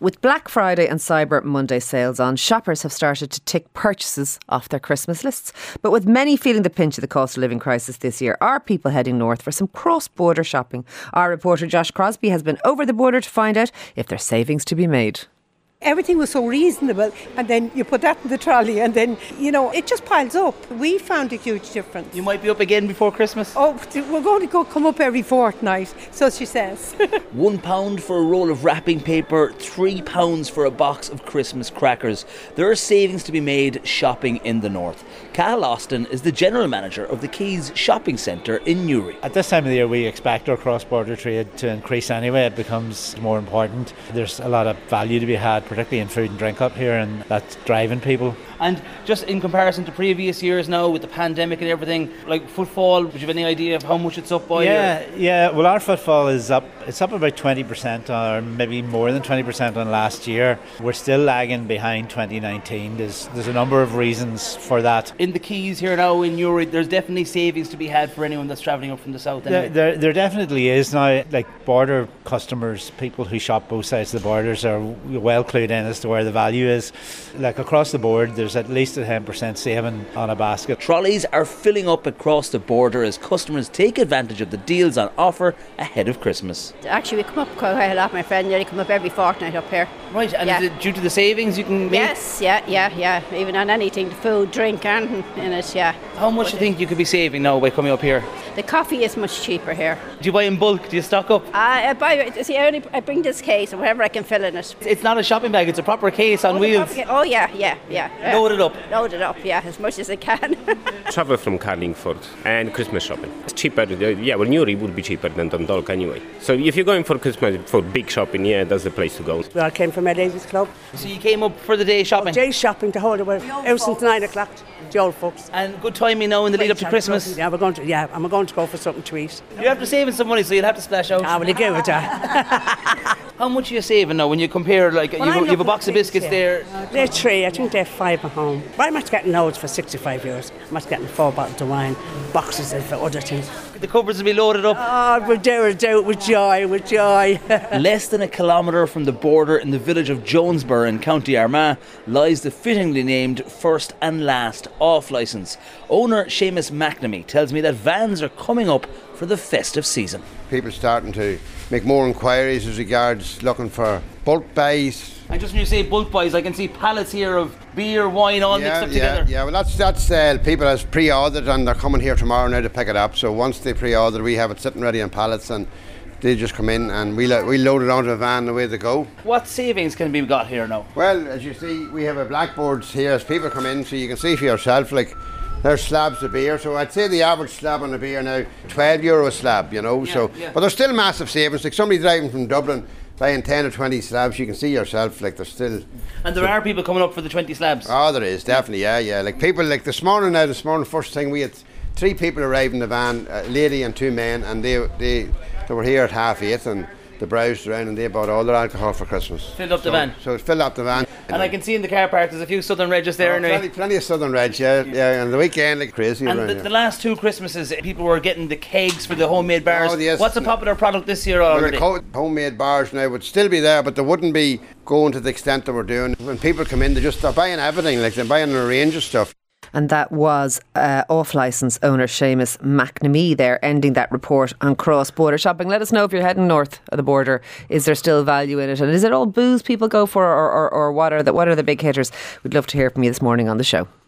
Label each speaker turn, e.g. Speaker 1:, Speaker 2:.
Speaker 1: With Black Friday and Cyber Monday sales on, shoppers have started to tick purchases off their Christmas lists. But with many feeling the pinch of the cost of living crisis this year, are people heading north for some cross border shopping? Our reporter Josh Crosby has been over the border to find out if there's savings to be made
Speaker 2: everything was so reasonable and then you put that in the trolley and then you know it just piles up we found a huge difference
Speaker 3: you might be up again before christmas
Speaker 2: oh we're going to go come up every fortnight so she says
Speaker 3: one pound for a roll of wrapping paper three pounds for a box of christmas crackers there are savings to be made shopping in the north cal austin is the general manager of the keys shopping centre in newry
Speaker 4: at this time of the year we expect our cross-border trade to increase anyway it becomes more important there's a lot of value to be had particularly in food and drink up here, and that's driving people.
Speaker 3: And just in comparison to previous years now, with the pandemic and everything, like footfall, would you have any idea of how much it's up by?
Speaker 4: Yeah, or? yeah. Well, our footfall is up. It's up about twenty percent, or maybe more than twenty percent on last year. We're still lagging behind 2019. There's there's a number of reasons for that.
Speaker 3: In the Keys here now in Uri, there's definitely savings to be had for anyone that's travelling up from the south.
Speaker 4: Anyway. There, there, there definitely is now. Like border customers, people who shop both sides of the borders are well clued in as to where the value is. Like across the board, there's at least a 10% saving on a basket.
Speaker 3: Trolleys are filling up across the border as customers take advantage of the deals on offer ahead of Christmas.
Speaker 5: Actually, we come up quite a lot, my friend. Nearly come up every fortnight up here.
Speaker 3: Right, and yeah. due to the savings you can make?
Speaker 5: Yes, yeah, yeah, yeah. Even on anything, food, drink, and in it, yeah.
Speaker 3: How much but do you think you could be saving now by coming up here?
Speaker 5: The coffee is much cheaper here.
Speaker 3: Do you buy in bulk? Do you stock up?
Speaker 5: I, I buy. See, I only I bring this case and whatever I can fill in it.
Speaker 3: It's not a shopping bag. It's a proper case on
Speaker 5: oh,
Speaker 3: wheels.
Speaker 5: Proper, oh yeah, yeah, yeah, yeah.
Speaker 3: Load it up.
Speaker 5: Load it up. Yeah, as much as I can.
Speaker 6: Travel from Carlingford and Christmas shopping. It's cheaper. uh, Yeah, well, Newry would be cheaper than Dundalk anyway. So if you're going for Christmas for big shopping, yeah, that's the place to go.
Speaker 7: Well, I came from Ed Davies Club.
Speaker 3: So you came up for the day shopping.
Speaker 7: Oh, day shopping to hold away. Out since nine o'clock. The old folks.
Speaker 3: And good timing now in the lead up to Christmas.
Speaker 7: Yeah, we're going to. Yeah, I'm going to go for something to eat.
Speaker 3: You have to save in some money, so you'll have to splash out.
Speaker 7: Ah, will you give it
Speaker 3: How much are you saving now when you compare? Like well, you, you have a box of biscuits there.
Speaker 7: They're three. I think they're five at home. But I'm not getting old for 65 euros. I'm not getting four bottles of wine, boxes of other things.
Speaker 3: The cupboards will be loaded up.
Speaker 7: Oh, we're there, do it with joy, with joy.
Speaker 3: Less than a kilometre from the border, in the village of Jonesborough in County Armagh, lies the fittingly named First and Last Off Licence. Owner Seamus McNamee tells me that vans are coming up for the festive season.
Speaker 8: People starting to make more inquiries as regards looking for bulk buys.
Speaker 3: And just when you say bulk buys, I can see pallets here of beer, wine, all
Speaker 8: yeah,
Speaker 3: mixed up
Speaker 8: yeah,
Speaker 3: together.
Speaker 8: Yeah, well, that's that's uh, people has pre-ordered and they're coming here tomorrow now to pick it up. So once they pre-order, we have it sitting ready on pallets and. They just come in and we, lo- we load it onto a van the way they go.
Speaker 3: What savings can be got here now?
Speaker 8: Well, as you see, we have a blackboards here as people come in, so you can see for yourself. Like there's slabs of beer. So I'd say the average slab on a beer now, 12 euro slab, you know. Yeah, so, yeah. but there's still massive savings. Like somebody driving from Dublin buying 10 or 20 slabs, you can see yourself, like there's still.
Speaker 3: And there so, are people coming up for the 20 slabs.
Speaker 8: Oh, there is, definitely, yeah, yeah. Like people, like this morning now, this morning, first thing we had three people arrived in the van, a lady and two men, and they, they, they were here at half eight and they browsed around and they bought all their alcohol for Christmas.
Speaker 3: Filled up
Speaker 8: so,
Speaker 3: the van.
Speaker 8: So it filled up the van.
Speaker 3: And I can see in the car park there's a few Southern Reds there. Oh,
Speaker 8: anyway. plenty, plenty of Southern Reds, yeah, yeah. yeah. And the weekend, like crazy.
Speaker 3: And
Speaker 8: around,
Speaker 3: the,
Speaker 8: yeah.
Speaker 3: the, last two Christmases, people were getting the kegs for the homemade bars. Oh, yes. What's a popular product this year already?
Speaker 8: Well, the homemade bars now would still be there, but they wouldn't be going to the extent that we're doing. When people come in, they just, they're buying everything. Like they're buying a range of stuff.
Speaker 1: And that was uh, off license owner Seamus McNamee there, ending that report on cross border shopping. Let us know if you're heading north of the border. Is there still value in it? And is it all booze people go for, or, or, or what, are the, what are the big hitters? We'd love to hear from you this morning on the show.